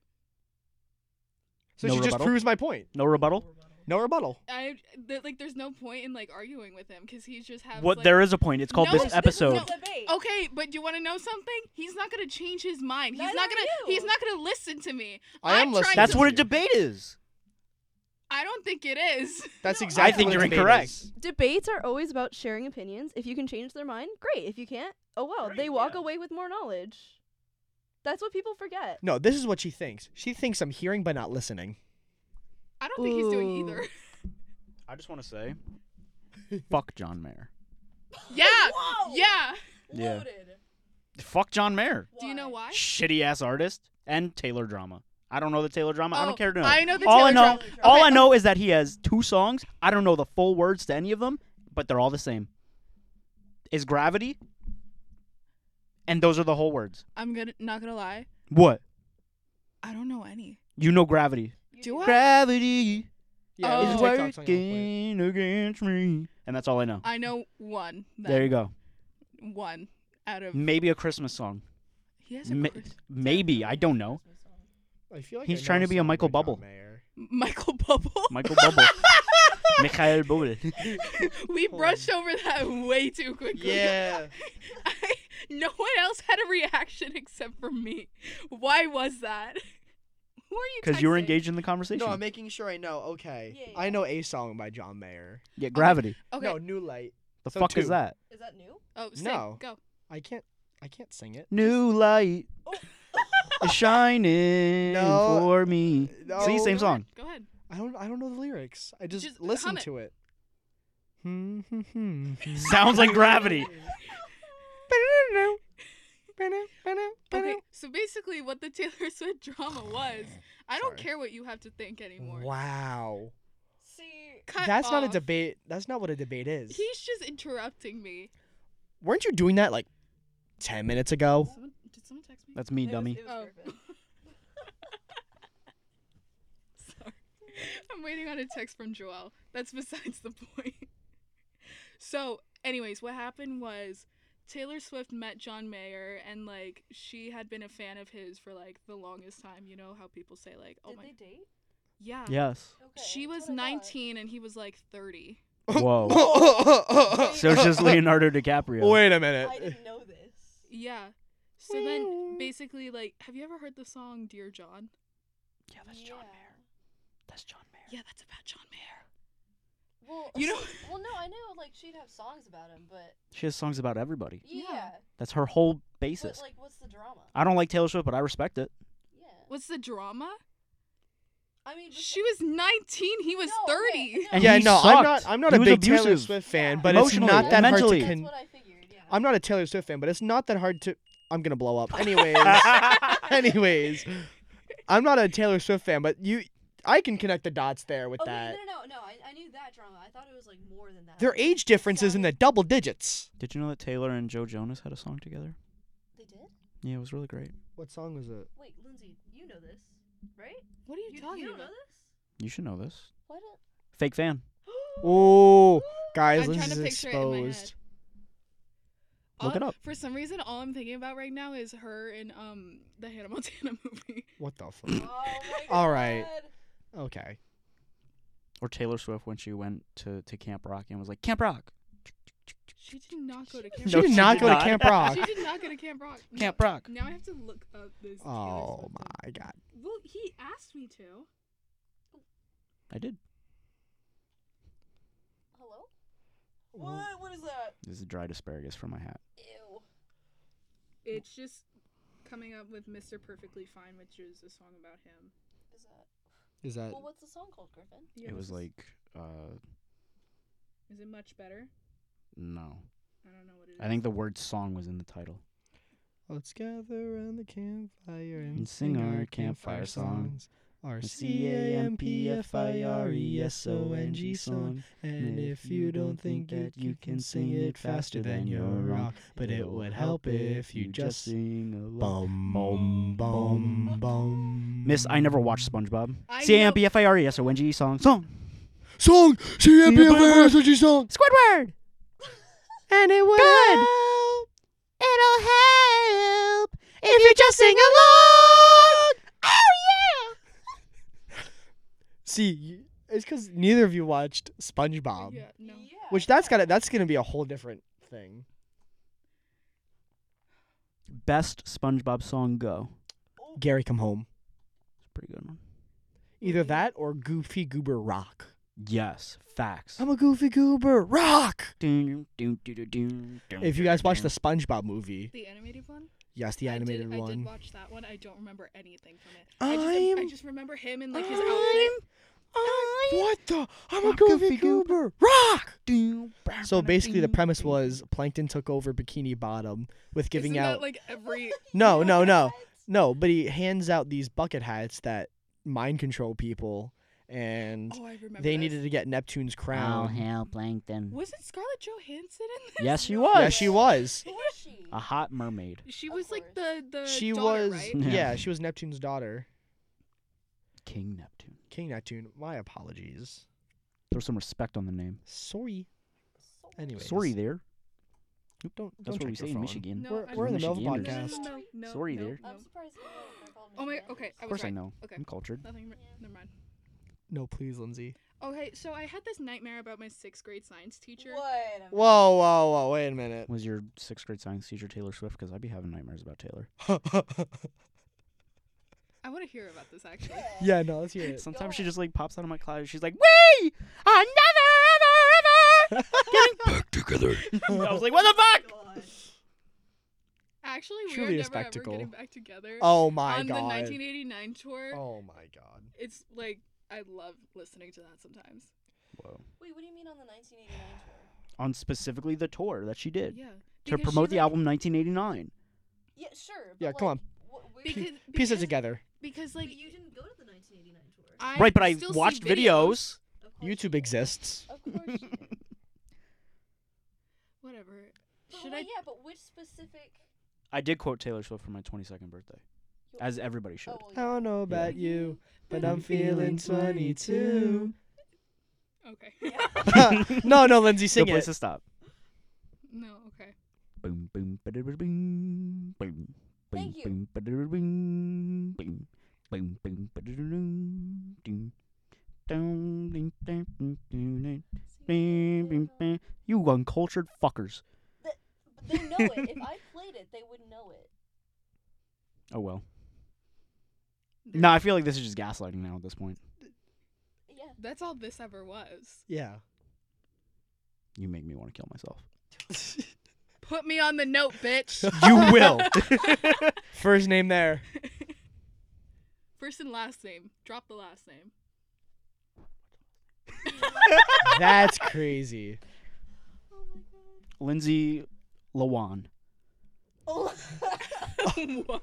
B: So
D: No
B: she just
D: rebuttal?
B: proves my point.
D: No rebuttal.
B: No rebuttal.
C: I th- like. There's no point in like arguing with him because he's just having.
D: What?
C: Like,
D: there is a point. It's called
C: No,
D: this
C: is
D: episode.
F: Oh, This is no debate.
A: Oh,
C: Okay, but do you want to know something? He's not gonna change his mind. He's
F: Neither
C: not
F: are
C: gonna.
F: you.
C: He's not gonna listen to me.
B: I am
C: I'm
B: listening.
C: trying
D: That's
C: to-
D: what a debate is.
C: I don't think it is.
B: That's
F: No, I
B: exactly.
D: I think
B: what
D: you're
B: debate
D: incorrect.
B: is.
A: Debates are always about sharing opinions. If you can change their mind, great. If you can't, oh well.
E: Great,
A: they walk
E: yeah.
A: away with more knowledge. That's what people forget.
B: No, this is what she thinks. She thinks I'm hearing but not listening.
D: e-
C: I don't think he's doing
A: Ooh.
C: either.
D: I just want to say, fuck John Mayer.
C: yeah.
F: Whoa.
C: Yeah.
D: Yeah.
F: Loaded.
D: Fuck John Mayer.
C: Do you know why?
D: Shitty ass artist and Taylor drama. I don't know the Taylor drama. I
C: Oh,
D: don't care to know.
C: I know the
D: all
C: Taylor
D: I know,
C: drama.
D: all
C: Okay.
D: I know is that he has two songs. I don't know the full words to any of them, but they're all the same. Is gravity? And those are the whole words.
C: I'm gonna not gonna lie.
D: What?
C: I don't know any.
D: You know gravity.
C: Do I?
D: Gravity
B: Yeah,
C: Oh.
B: it was a
D: is
C: It's
B: TikTok song at one point.
D: working against me. And that's all I know.
C: I know one. Then.
D: There you go.
C: One out of.
D: Maybe a Christmas song.
C: He has a
D: Ma-
C: Chris-
D: maybe. I don't know.
B: I feel like
D: He's
B: I know
D: trying to be a
B: something
D: Michael
B: by John
D: Bubble.
B: Mayer.
C: Michael Bubble.
D: Michael Bubble. Mikhail Bubble.
C: we brushed over that way too quickly.
B: Yeah.
C: I, no one else had a reaction except for me. Why was that? Who are you?
D: Because you were
C: texting?
D: engaged in the conversation.
B: no, I'm making sure I know. Okay.
F: Yeah,
B: I
F: yeah.
B: know a song by John Mayer.
D: yeah, gravity.
C: Okay.
B: No, New Light.
D: The
B: So
D: fuck
B: two.
D: is that?
F: Is that new?
C: oh, Sid,
B: no.
C: Go.
B: I can't. I can't sing it.
D: New light
F: Oh.
D: is shining
B: No.
D: for me.
B: No.
D: See, same
C: Go
D: song.
C: ahead, Go ahead.
B: I don't. I don't know the lyrics. I just,
C: Just hum
B: listen
C: it.
B: to it. Hmm, hmm, hmm, hmm.
D: Sounds like gravity.
C: Okay. So basically, what the Taylor Swift drama was, I don't
B: Sorry.
C: care what you have to think anymore.
B: Wow.
F: See,
C: Cut
B: That's not a
C: off.
B: debate. That's not what a debate is.
C: He's just interrupting me.
B: Weren't you doing that like ten minutes ago?
C: Someone, did someone text me?
D: That's me,
F: it was-
D: dummy.
F: it was
C: Oh.
F: Griffin.
C: Sorry. I'm waiting on a text from Joel. That's besides the point. So, anyways, what happened was Taylor Swift met John Mayer and like she had been a fan of his for like the longest time, you know how people say like, "Oh
F: Did
C: my
F: they date?
C: yeah.
D: Yes.
F: Okay,
C: She
F: that's
C: was
F: what I thought.
C: 19 and he was like 30.
D: Whoa. So it's just Leonardo DiCaprio.
B: Wait a
F: I
D: Uh,
B: minute.
F: didn't know this.
C: Yeah. So then basically like have you ever heard the song Dear John?
D: Yeah, that's John
F: Yeah.
D: Mayer. That's John Mayer.
C: Yeah, that's about John Mayer.
F: Well,
C: You know-
F: well, no, I know, like she'd have songs about him, but
D: She has songs about everybody.
F: yeah.
D: That's her whole
F: But
D: basis.
F: like, what's the drama?
D: I don't like Taylor Swift, but I respect it.
F: yeah.
C: What's the drama?
F: I mean, but
C: She was 19, he was
F: No,
C: 30.
F: okay, no,
D: And
B: yeah,
D: he
B: no, I'm not.
D: sucked.
B: I'm not
D: He
B: a
D: was
B: big Taylor
D: abusive.
B: Swift fan,
F: Yeah.
B: but it's
D: Emotionally,
B: not that hard
D: mentally.
B: to.
F: that's
B: Con-
F: what I figured. Yeah.
B: I'm not a Taylor Swift fan, but it's not that hard to. I'm gonna blow up. Anyways, anyways, I'm not a Taylor Swift fan, but you, I can connect the dots there with
F: Oh, wait,
B: that.
F: no, no, no, no. I, I knew that drama. I thought it was like more than that.
B: Their age difference is in the
F: Sounded-
B: double digits.
D: Did you know that Taylor and Joe Jonas had a song together?
F: They did.
D: Yeah, it was really great.
B: What song was it?
F: Wait, Lindsay, you know this, right?
C: What are you,
F: you,
C: talking
F: you don't
C: about?
F: know this?
D: You should know this.
F: Why don't?
D: Fake fan.
B: Oh, guys,
C: I'm trying
B: Lindsay's
C: to picture it in my
B: exposed.
D: Look
C: All-
D: it up.
C: For some reason, all I'm thinking about right now is her in um the Hannah Montana movie.
B: What the
F: Oh
B: fuck?
F: my God.
B: All right. Okay.
D: Or Taylor Swift when she went to, to Camp Rock and was like, Camp Rock.
C: She did not go to Camp
B: She
D: No,
C: Rock.
B: did not
D: did
B: go
D: not.
B: to Camp Rock.
C: She did not go to Camp Rock. No-
D: Camp Rock.
C: Now I have to look up this. Taylor
B: Oh
C: Swift one.
B: my god.
C: Well, he asked me to.
D: I did.
F: Hello. What? What is that?
D: This is dried asparagus from my hat.
F: Ew.
C: It's just coming up with Mr. Perfectly Fine, which is a song about him.
F: Is that?
B: Is that?
F: well, what's the song called, Griffin?
C: Yeah,
D: it
C: this
D: was
C: is-
D: like, uh,
C: Is it much better?
D: no.
C: I don't know what it is.
D: I think the word song was in the title.
B: Let's gather around the campfire and,
D: And
B: sing
D: sing
B: our
D: our
B: campfire
D: campfire
B: songs. Our
D: C A M P F I R E S O N
B: C-A-M-P-F-I-R-E-S-O-N-G
D: G
B: song.
D: song.
B: And if you don't think it, you can sing it faster than you're wrong. But it would help if you just sing.
D: sing along.
B: Bum,
D: bum, bum,
B: bum.
D: Miss, I never watched SpongeBob.
C: I
D: C A M P F I R E S O N G song. Song.
B: Song! C-A-M-P-F-I-R-E-S-O-N-G song!
D: Squidward.
B: And it would
D: Good.
B: help
A: sing along.
C: Oh,
B: See, you- it's because neither of you watched
D: um,
B: SpongeBob,
C: yeah, no.
F: Yeah.
B: which that's gotta that's gonna be a whole different thing.
D: Best SpongeBob song go.
B: Gary, come home.
D: It's a pretty good one.
C: Mm-hmm.
B: Either that or Goofy Goober Rock.
D: Yes, facts.
B: I'm a Goofy Goober Rock.
D: Dun, dun, dun, dun, dun, dun,
B: If you guys
D: dun,
B: watch the
D: dun.
B: SpongeBob movie,
C: The animated one?
B: yes, the
C: I did-
B: animated
C: I did
B: one.
C: watch that one. I don't remember anything from it. I just, I
B: I'm-
C: just remember him and like his outfit.
B: what the? I'm
D: a
B: a
D: Goofy
B: Goofy Goober Rock.
D: Dun, bam,
B: So
D: bam,
B: basically, the
D: dun,
B: premise
D: dun.
B: was Plankton took over Bikini Bottom with giving
C: Isn't
B: out.
C: that like every
B: no, no, no, no. But he hands out these bucket hats that mind control people, and
C: Oh, I remember.
B: they
C: this.
B: needed to get Neptune's
D: All
B: crown.
D: hail Plankton.
C: Was it Scarlett Johansson in this?
D: Yes, she
F: No.
D: was.
B: yeah, she was.
F: Who is she?
B: Ah.
D: A hot mermaid.
C: She
F: Of
C: was like the
F: course.
C: the
B: She
C: daughter,
B: was.
C: right?
D: Yeah.
B: Yeah, she was Neptune's daughter.
D: King Neptune.
B: King Neptune. My apologies.
D: Throw some respect on the name.
B: Sorry. Anyway.
D: Sorry there.
B: Don't. don't
D: That's what we
B: check your
D: say in
B: phone.
D: Michigan.
C: No,
B: We're,
C: I
B: we're in the middle of a
C: No, no, no,
B: podcast.
C: no, no,
D: Sorry
C: no,
D: there.
C: no.
F: I'm surprised. you don't recall
C: Oh my.
F: Michigan.
C: Okay, I
D: Of
C: was
D: course I
C: right.
D: know.
C: Okay.
D: I'm cultured.
C: Nothing. Never mind.
B: No, please, Lindsay.
C: Okay, so I had this nightmare about my sixth grade science teacher.
F: What? a-
B: Whoa, whoa, whoa! Wait a minute.
D: Was your sixth grade science teacher Taylor Swift? Because I'd be having nightmares about Taylor.
C: I want to hear about this actually.
F: Yeah.
B: yeah, no, let's hear it.
D: Sometimes she
F: God.
D: just like pops out of my closet. She's like, "We are never, ever, ever getting back together." I was like, "What the fuck?"
F: God.
C: Actually, we
B: Truly a
C: are never
B: spectacle.
C: ever getting back together.
B: Oh my
C: on the
B: god.
C: 1989 tour,
B: Oh my god.
C: it's like I love listening to that sometimes.
D: Whoa.
F: Wait, what do you mean on the 1989 tour?
D: On specifically the tour that she did
C: Yeah.
D: to
C: because she,
D: promote the
C: like-
D: album 1989.
F: Yeah, sure.
B: Yeah,
F: but,
B: come
F: like,
B: on.
F: wh- where-
C: Because,
B: Piece
C: because,
B: it together.
C: Because
F: but
C: like
F: you didn't go to the 1989 tour.
C: I
D: right, but I
C: still see
D: watched videos.
F: Of course you
B: YouTube
F: did.
B: exists.
F: Of course you did.
C: Whatever.
F: But
C: Should
F: wait,
C: I?
F: Yeah, but which specific?
D: I did quote Taylor Swift for my 22nd birthday, as everybody should.
F: Oh, well,
B: I
F: yeah.
B: don't know about you, but I'm feeling 22.
C: Okay.
B: no, no, Lindsay,
D: Good
B: sing
D: place
B: it.
D: to stop.
C: no. Okay.
D: Boom, boom, ba-da-ba-da-boom, boom, boom,
F: Thank you.
D: boom, ba-da-ba-da-boom, boom, boom, boom, ba-da-da-boom, ding, dong, ding, ding, ding, ding, ding, ding, ding, ding. You uncultured fuckers.
F: But they know it. If I played it, they would know it.
D: Oh well.
C: There-
D: No, I feel like this is just gaslighting now at this point.
F: Yeah.
C: That's all this ever was.
B: Yeah.
D: You make me want to kill myself.
C: Put me on the note, bitch.
D: You will.
B: First name there.
C: First and last name. Drop the last name.
B: That's crazy.
F: Oh my god.
D: Lindsay Lawan.
F: Oh,
D: Oh.
C: what?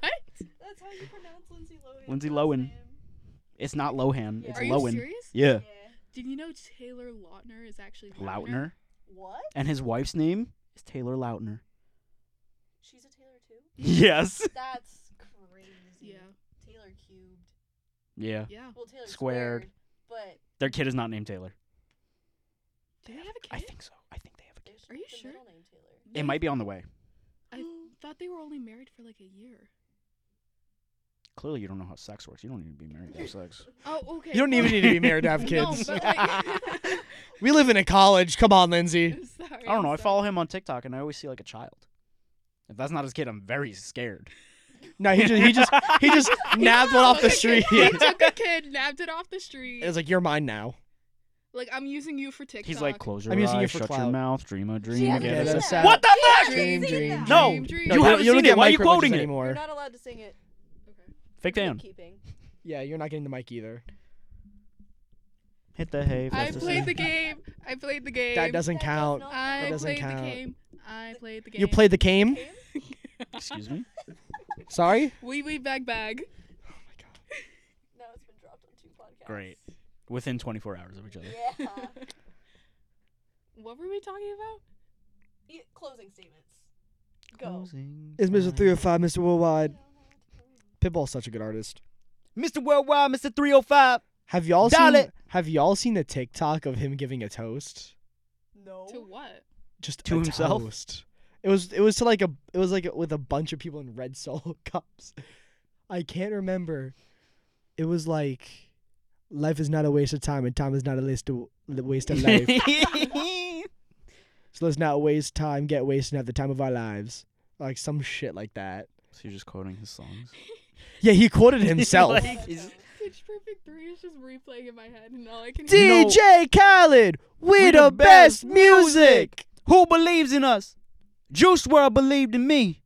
F: that's how you pronounce Lindsay Lohan.
D: Lindsay Lohan. It's not Lohan.
F: Yeah.
D: It's
C: Are you
D: Lowen.
C: serious?
D: Yeah.
C: Did you know Taylor Lautner is actually
D: Lautner.
F: What?
D: And his wife's name is Taylor Lautner.
F: She's a Taylor too.
D: Yes.
F: That's crazy.
C: Yeah.
F: Taylor cubed.
D: Yeah.
C: Yeah.
F: Well, Taylor squared.
D: Squared.
F: But
D: Their kid is not named Taylor.
C: Do they have a kid?
D: I think so. I think they have a kid.
F: there's
C: Are you
F: the
C: sure?
F: middle name Taylor.
D: It might be on the way.
C: I thought they were only married for like a year.
D: Clearly, you don't know how sex works. You don't need to be married to have sex.
C: Oh, okay.
B: You don't even need to be married to have
C: No,
B: kids.
C: but like,
B: We live in a college. Come on, Lindsay.
C: I'm sorry.
D: I don't know. I
C: I'm
D: follow
C: sorry.
D: him on TikTok, and I always see like a child. If that's not his kid, I'm very scared.
B: No, he just he just he just nabbed one off the street.
C: He
B: It
C: took a kid, nabbed it off the street.
B: was like, you're mine now.
C: Like I'm using you for TikTok.
D: He's like, close your
B: I'm using you
D: eyes,
B: for
D: shut your
B: clout."
D: mouth, dream a dream.
F: She hasn't
D: again.
F: seen
B: Yeah,
F: that.
B: that's sad.
D: What the
F: She
D: fuck?
F: hasn't
B: Dream,
F: seen
B: dream,
F: that.
D: dream. No,
C: dream.
B: No,
D: You
B: you,
D: haven't
B: you don't
D: seen it.
B: get
D: Why are you
B: micro privileges
D: quoting it?
B: anymore.
F: You're not allowed to sing it.
C: Okay.
D: Fake fan.
F: Keeping.
B: yeah, you're not getting the mic either.
D: Hit the hay.
C: I
D: fast as
C: played
D: soon.
C: the game. I played the game.
B: That doesn't
F: That does
B: count.
F: not
C: I
B: That doesn't
C: played
B: count.
C: the game. I played the game.
B: You played the game?
F: count.
D: Excuse me.
B: Sorry?
C: Wee wee bag bag.
B: Oh my god.
F: No, it's been dropped on two podcasts.
D: Great. Within 24 hours of each other.
F: Yeah.
C: What were we talking about?
F: Y- Closing statements. Go.
B: It's Mr. 305, Mr. oh Worldwide. Pitbull's such a good artist.
D: Mr. Worldwide, Mr. 305.
B: Have y'all
D: Dial
B: seen
D: it.
B: Have y'all seen the TikTok of him giving a toast?
F: No.
C: To what?
B: Just
D: To
B: a
D: himself?
B: toast. It was it was to like a it was like a, with a bunch of people in red solo cups. I can't remember. It was like life is not a waste of time and time is not a waste of waste of life. so let's not waste time, get wasted at the time of our lives. Like some shit like that.
D: so you're just quoting his songs.
B: Yeah, he quoted himself.
D: Like,
F: That's
D: is-
F: how-
C: Pitch Perfect 3 is just replaying in my head, and all I can hear
B: DJ Khaled, we,
D: We
B: the, best, music.
D: Who believes in us? Juice World believed in me.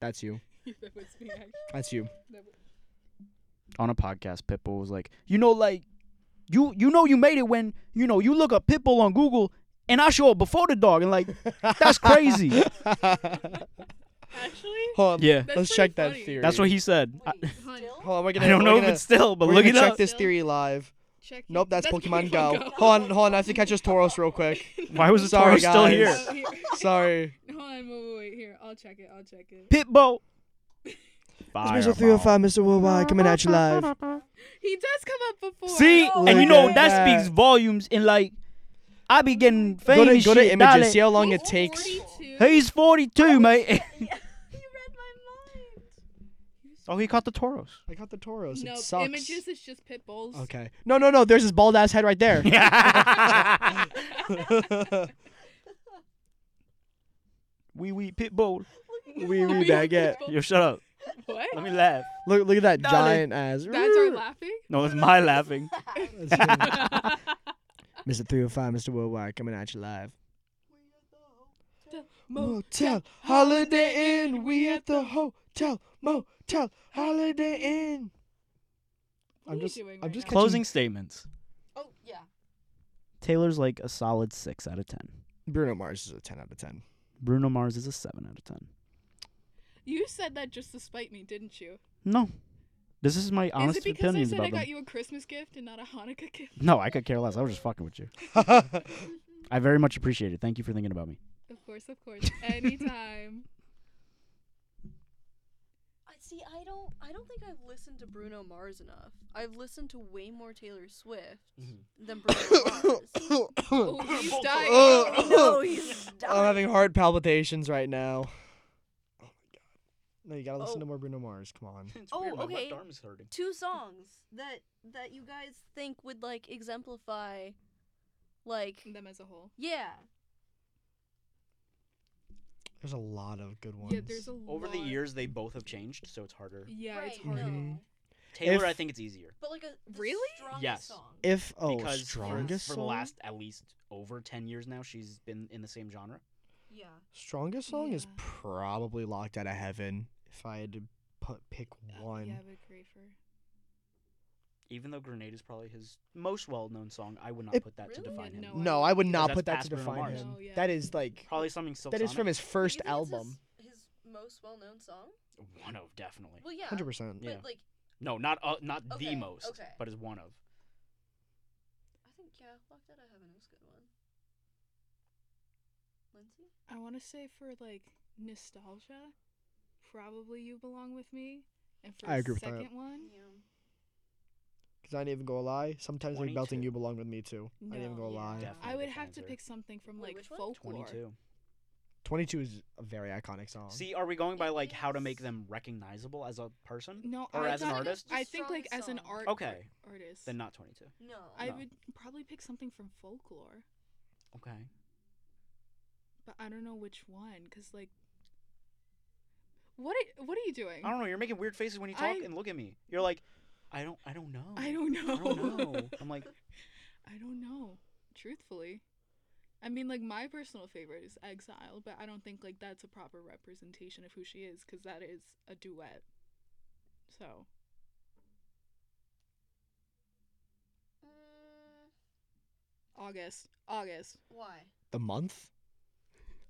B: That's you.
C: that was me. actually.
B: That's you.
C: That was-
D: On a podcast, Pitbull was like, you know, like, you you know you made it when you know you look up Pitbull on Google and I show up before the dog and like that's crazy.
C: Actually,
B: Hold on,
D: yeah,
C: That's
B: let's
C: pretty
B: check that
C: funny.
B: theory.
D: that's what he said. I,
F: Wait,
C: Hun.
F: still?
B: Hold on, we're gonna.
D: I don't
B: we're
D: know
B: gonna,
D: if it's still, but
B: we're
D: look
B: gonna
D: it
B: check
D: up.
B: this theory live.
C: check.
B: Nope, that's, Pokemon, Go.
C: Go.
B: Hold on, hold on. I have to catch this Tauros real quick.
D: Why was the
B: Sorry,
D: Taurus still
B: guys.
D: here?
C: Oh, here.
B: Sorry.
C: Hold on, wait, wait, wait, here. I'll cheche it. I'll check it.
D: Pitbull. Fireball.
B: Mr. Worldwide, coming at you live.
C: He does come up before.
D: See,
B: Oh,
D: and you
B: look
D: know
B: at
D: that
B: that.
D: speaks volumes. And like, I be getting
B: Go
D: famous.
B: to, go to
D: shit, dale.
B: images, see how long it
C: He's
B: takes.
C: 42.
D: He's 42, mate.
F: Yeah,
C: You read my mind.
D: oh, he caught the Toros.
B: I got the Tauros.
C: No,
B: it sucks.
C: images is just pit bulls.
B: Okay. No, no, no. There's his bald ass head right there.
D: Wee wee pitbull.
B: we read that. Yeah.
D: Yo, shut up.
C: What?
D: Let me laugh.
B: Look, look at that
D: Dale.
B: giant ass.
C: That's our laughing.
D: No, it's my laughing.
B: Mr. 305, Mr. Worldwide, coming at you live. Motel, Holiday Inn, we at the hotel, motel, Holiday Inn. I'm
C: What are you
B: just-
C: doing
B: I'm
C: right
B: just
C: now?
D: Closing statements.
F: Oh yeah.
D: Taylor's like a solid 6 out of 10.
B: Bruno Mars is a 10 out of 10.
D: Bruno Mars is a 7 out of 10.
C: You said that just to spite me, didn't you?
D: No. This is my
C: is it
D: honest
C: because I
D: opinions
C: said I
D: about
C: got
D: them.
C: you a Christmas gift and not a Hanukkah gift?
D: No, I could care less. I was just fucking with you. I very much appreciate it. Thank you for thinking about me.
C: Of course, of course. Anytime.
A: I see. I don't. I don't think I've listened to Bruno Mars enough. I've listened to way more Taylor Swift
D: Mm-hmm.
A: than Bruno Mars.
C: oh, he's dying.
B: Ugh.
A: no, he's
B: I'm
A: dying.
B: having heart palpitations right now. Oh my god. No, you gotta listen
A: Oh.
B: to more Bruno Mars. Come on.
A: Oh, weird, my left okay. arm
E: arm is hurting.
A: Two songs that that you guys think would like exemplify, like
C: Them as a whole.
A: yeah.
B: There's a lot of good ones.
C: Yeah, there's a
D: Over the
C: lot-
D: years, they both have changed, so it's harder.
C: Yeah, it's
A: Right.
C: hard.
B: Mhm.
D: Taylor,
B: If-
D: I think it's easier.
A: But like a the
C: Really?
A: strongest
D: Yes.
A: song.
B: if oh
D: because for-
B: strongest
D: for, the
B: song?
D: last at least over 10 years now, she's been in the same genre.
A: yeah.
B: strongest song is
C: Yeah.
B: probably Locked Out of Heaven. If I had to put pick one,
C: Uh, Yeah, I would agree for.
D: Even though Grenade is probably his most well known song, I would not
B: It-
D: put that
A: Really?
D: to define him.
C: No,
B: no, I would
C: Because
B: not
D: that's
B: put that to
D: past Bruno
B: define
D: Mars.
B: him.
C: No, Oh, yeah.
B: That is like
D: Probably something Silk
B: that is from his first
A: You think it's
B: album.
A: His, his most well-known song.
D: One of, definitely.
A: Well, yeah.
B: Hundred percent.
A: But
D: Yeah.
A: like,
D: No, not uh, not
A: Okay,
D: the most,
A: okay.
D: but is one of.
A: I think yeah, Locked Out of Heaven was a good one. Lindsay.
C: I want to say for like nostalgia, probably you belong with me, and for
B: I
C: the
B: agree with that.
C: second one,
A: Yeah.
B: Because I didn't even go a lie. Sometimes they're belting
D: 22.
B: you belong with me too. I didn't even
C: No,
B: go a
A: yeah.
B: lie.
D: Definitely.
C: I would have
D: defines
C: to
D: her.
C: pick something from
A: Wait,
C: like
A: which one?
C: folklore.
D: 22.
B: Twenty two is a very iconic song.
D: See, are we going by like how to make
A: Yes.
D: them recognizable as a person?
C: No,
D: Or
C: I
D: as an
C: thought-
D: artist?
C: I think like as an
A: Strong
C: art.
D: Okay.
C: art- artist.
D: Then not 22.
A: No.
C: I
D: No.
C: would probably pick something from folklore,
D: Okay.
C: but I don't know which one, cause like, what are, what are you doing?
D: I don't know. You're making weird faces when you talk
C: I-
D: and look at me. You're like, I don't, I don't know.
C: I don't know.
D: I don't know. I'm like,
C: I don't know. Truthfully, I mean, like my personal favorite is Exile, but I don't think like that's a proper representation of who she is, cause that is a duet. So
A: Mm,
C: August, August.
A: why?
B: the month?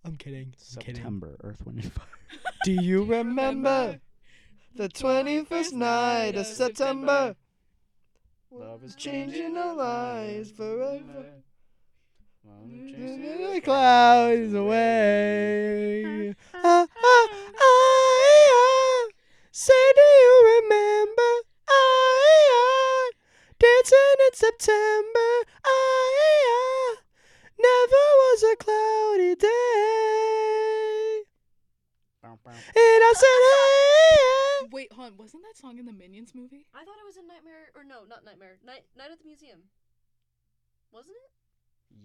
B: I'm kidding. I'm kidding.
D: September, Earth, Wind, and Fire.
B: Do you remember the twenty first night of September?
D: Love is
B: changing our lives forever.
D: Wanna chase
B: Chasing the clouds away. Ah, ah, ah, ah. Say, do you remember? Ah, ah. Dancing in September. Ah, ah. Never was a cloudy day. I
C: Wait, hon, wasn't that song in the Minions movie?
F: I thought it was a nightmare, or no, not nightmare. Night, night at the museum. Wasn't it?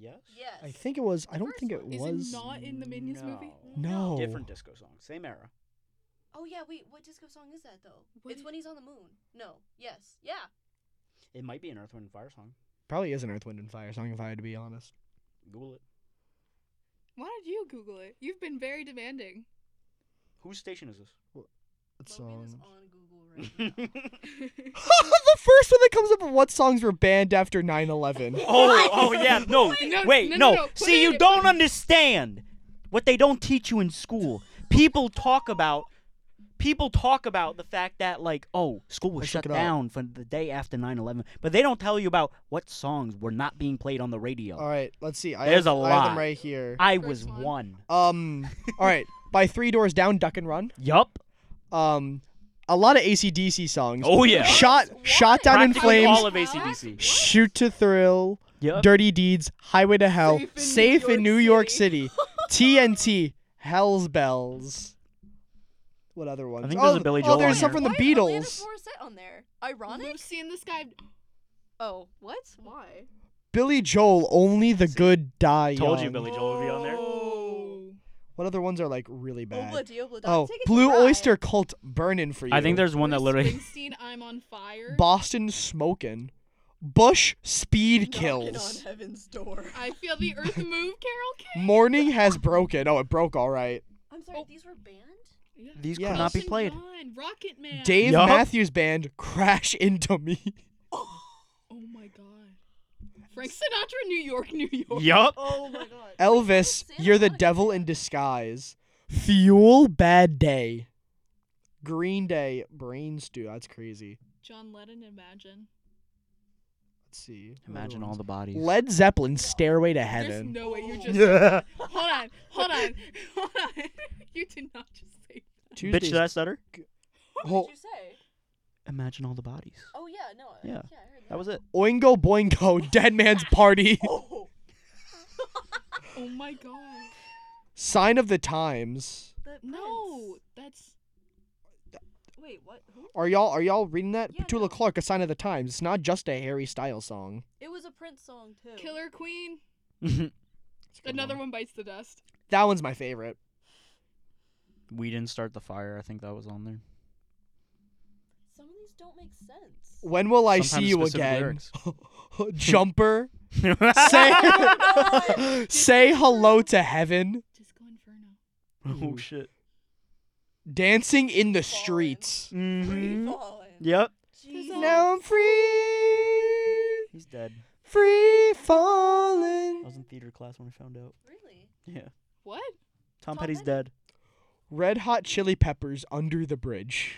D: Yes.
F: Yes.
B: think it was. I
F: The
B: don't
F: first
B: think it
F: one.
C: Is
B: was.
C: it not in the Minions movie?
B: No.
D: Different disco song, same era.
F: Oh yeah, wait. What disco song is that though?
C: What
F: it's
C: did-
F: when he's on the moon. No. Yes. Yeah.
D: It might be an Earth Wind and Fire song.
B: Probably is an Earth, Wind, and Fire song, if I had to be honest.
D: Google it.
C: Why don't you Google it? You've been very demanding.
D: Whose station is this?
B: What
F: Logan is
B: song?
F: on Google right now.
B: the first one that comes up of what songs were banned after 9 11.
D: oh, oh yeah, no,
C: No,
D: wait,
C: no,
D: no.
C: no, no, put it
D: See, you
C: in-
D: don't understand what they don't teach you in school. People talk about. People talk about the fact that, like, oh, school was
B: Let's
D: shut
B: look it up.
D: down for the day after 9 11, but they don't tell you about what songs were not being played on the radio.
B: All right, let's see. I
D: There's
B: have,
D: a
B: I have them
D: lot.
B: right here.
D: I
C: First
D: was
C: one.
D: one.
B: Um, all right. By Three Doors Down, Duck and Run.
D: Yup.
B: Um, a lot of ACDC songs.
D: Oh, yeah.
B: Shot, shot down in
D: Practically
B: flames.
D: all of ACDC.
B: Shoot to Thrill,
D: Yup.
B: Dirty Deeds, Highway to Hell,
C: Safe in New
B: Safe in
C: York
B: New York City, TNT, Hell's Bells. What other ones?
D: think
B: oh,
D: there's a Billy
B: oh,
D: Joel
B: there's
D: on
B: some
D: here.
B: from the
F: Why is Alanis
B: Beatles.
F: Morissette on there. Ironic.
C: Lucy in the sky.
F: Oh, what?
C: Why?
B: Billy Joel, Only the Good Die
D: Told you,
B: Young.
D: Billy Joel would be on there.
C: Oh.
B: What other ones are like really
F: Obla
B: bad?
F: diobla da.
B: Oh,
F: Take it to
B: Blue
F: ride.
B: Oyster Cult, Burnin' for You.
D: I think there's one that
C: Bruce
D: literally.
C: Springsteen, I'm on fire.
B: Boston Smokin', Bush Speed
F: Knocking
B: Kills,
F: on heaven's door.
C: I feel the earth move, Carol King.
B: Morning Has Broken. Oh, it broke all right.
F: I'm sorry.
C: Oh.
F: These were banned.
C: Yeah.
D: These
B: Yeah.
D: could not be
C: Elton
D: played.
C: John, Rocket Man.
B: Dave
D: Yup.
B: Matthews Band, Crash Into Me.
C: Oh my god. Frank Sinatra, New York, New York.
D: Yup.
F: Oh my god.
B: Elvis,
F: Santa
B: you're the
F: Monica.
B: devil in disguise. Fuel Bad Day. Green Day, Brain Stew. That's crazy.
C: John Lennon, Imagine.
B: Let's see. what other
D: Imagine all
B: ones?
D: the bodies.
B: Led Zeppelin, Stairway to
C: There's
B: Heaven.
C: no way you just.
B: Yeah.
C: Hold on, hold on, hold on. You did not just say.
D: Bitch, did I stutter?
F: What
B: Hol-
F: did you say?
D: Imagine all the bodies.
F: Oh yeah, no. I-
D: Yeah.
F: I heard that.
D: That was it.
B: Oingo Boingo, Dead Man's Party.
F: Oh.
C: Oh my god.
B: Sign of the Times.
F: That
C: No,
F: Prince.
C: that's.
F: Wait, what? Who?
B: Are y'all are y'all reading that?
F: Yeah,
B: Petula
F: no.
B: Clark, A Sign of the Times. It's not just a Harry Styles song.
F: It was a Prince song too.
C: Killer Queen.
B: It's a good
C: Another one bites the dust.
B: That one's my favorite.
D: we didn't start the fire. I think that was on there.
F: Some of these don't make sense.
B: When will I
D: Sometimes
B: see you
D: specific
B: again?
D: lyrics.
B: Jumper.
F: Oh
B: Say,
F: my God.
B: say hello to heaven.
C: Disco Inferno.
D: oh shit.
B: Dancing in the
F: Fallen.
B: streets.
F: Free
D: Mm-hmm.
F: falling.
D: Yep.
F: Jesus.
B: Now I'm free,
D: He's dead.
B: free
D: I
B: falling.
D: was in theater class when I found out.
F: Really?
D: Yeah.
C: What?
D: Tom,
F: Tom
D: Petty's
F: Petty?
D: dead.
B: Red Hot Chili Peppers under the bridge.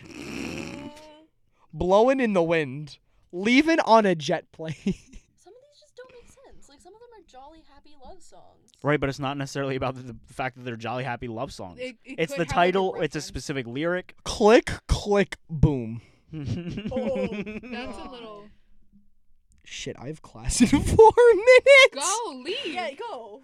B: Blowing in the wind. Leaving on a jet plane.
F: Some of these just don't make sense. Like some of them are jolly happy love songs.
D: Right, but it's not necessarily about the, the fact that they're jolly happy love songs.
C: It- it
D: it's
C: could have, like,
D: the
C: a
D: title. it's a
C: reference.
D: specific lyric.
B: click, click, boom.
C: That's a
F: God.
C: little.
B: Shit, I have class in four minutes.
C: Golly.
F: Yeah, go.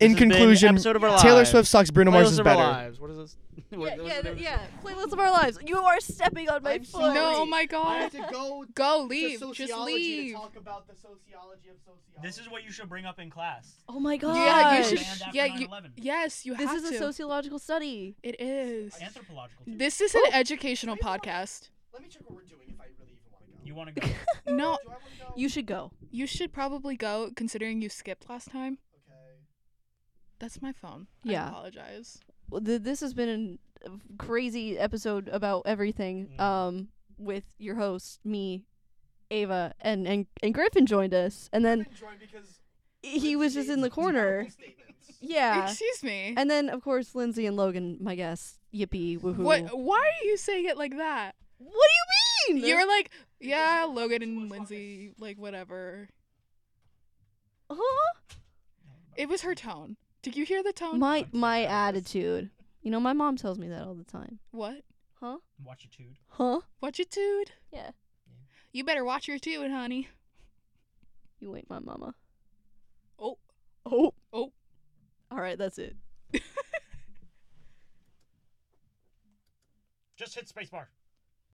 B: In
D: This has been
B: conclusion,
D: episode of our
B: Taylor
D: lives.
B: Swift sucks. Bruno Mars
D: Playlist
B: is
D: of our
B: better.
D: lives. What is this?
F: Yeah,
D: What- what's
F: yeah,
D: the
F: th-
D: difference?
F: yeah. Playlist of our lives. You are stepping on my
B: I'm
F: foot.
C: No, my god.
B: go
C: Go leave. Just leave.
B: about the sociology of sociology.
E: This is what you should bring up in class.
A: Oh my god.
C: Yeah, you should.
E: Banned after
C: Yeah, you,
E: 9/11.
C: yes, you
A: This
C: have
A: is a
C: to.
A: sociological study.
C: it is.
E: Anthropological. Too.
C: This is an educational podcast.
B: Let me check what we're doing if I really even want to go.
E: You want to go?
C: No,
B: Do I want to go?
A: You should go.
C: you should probably go considering you skipped last time.
B: Okay.
C: That's my phone. I
A: Yeah.
C: apologize.
A: Well, th- this has been an- a crazy episode about everything.
E: Mhm.
A: Um, with your host, me, Ava, and and and Griffin joined us, and then he was just in the corner. Yeah.
C: Excuse me.
A: And then of course Lindsay and Logan, my guests. Yippee woohoo!
C: What? uh, Why are you saying it like that?
A: What do you mean?
C: You're like, yeah, Logan and Lindsay, like whatever.
A: huh?
C: It was her tone. Did you hear the tone?
A: my
E: I'm
A: my
E: sorry, I was-
A: attitude. You know, my mom tells me that all the time.
C: what?
A: Huh?
E: Watch your tude.
A: Huh?
C: Watch it, dude.
A: Yeah.
C: You better watch your dude, honey.
A: You ain't my mama.
C: Oh,
A: Oh.
C: Oh.
A: All right, that's it.
D: Just hit spacebar.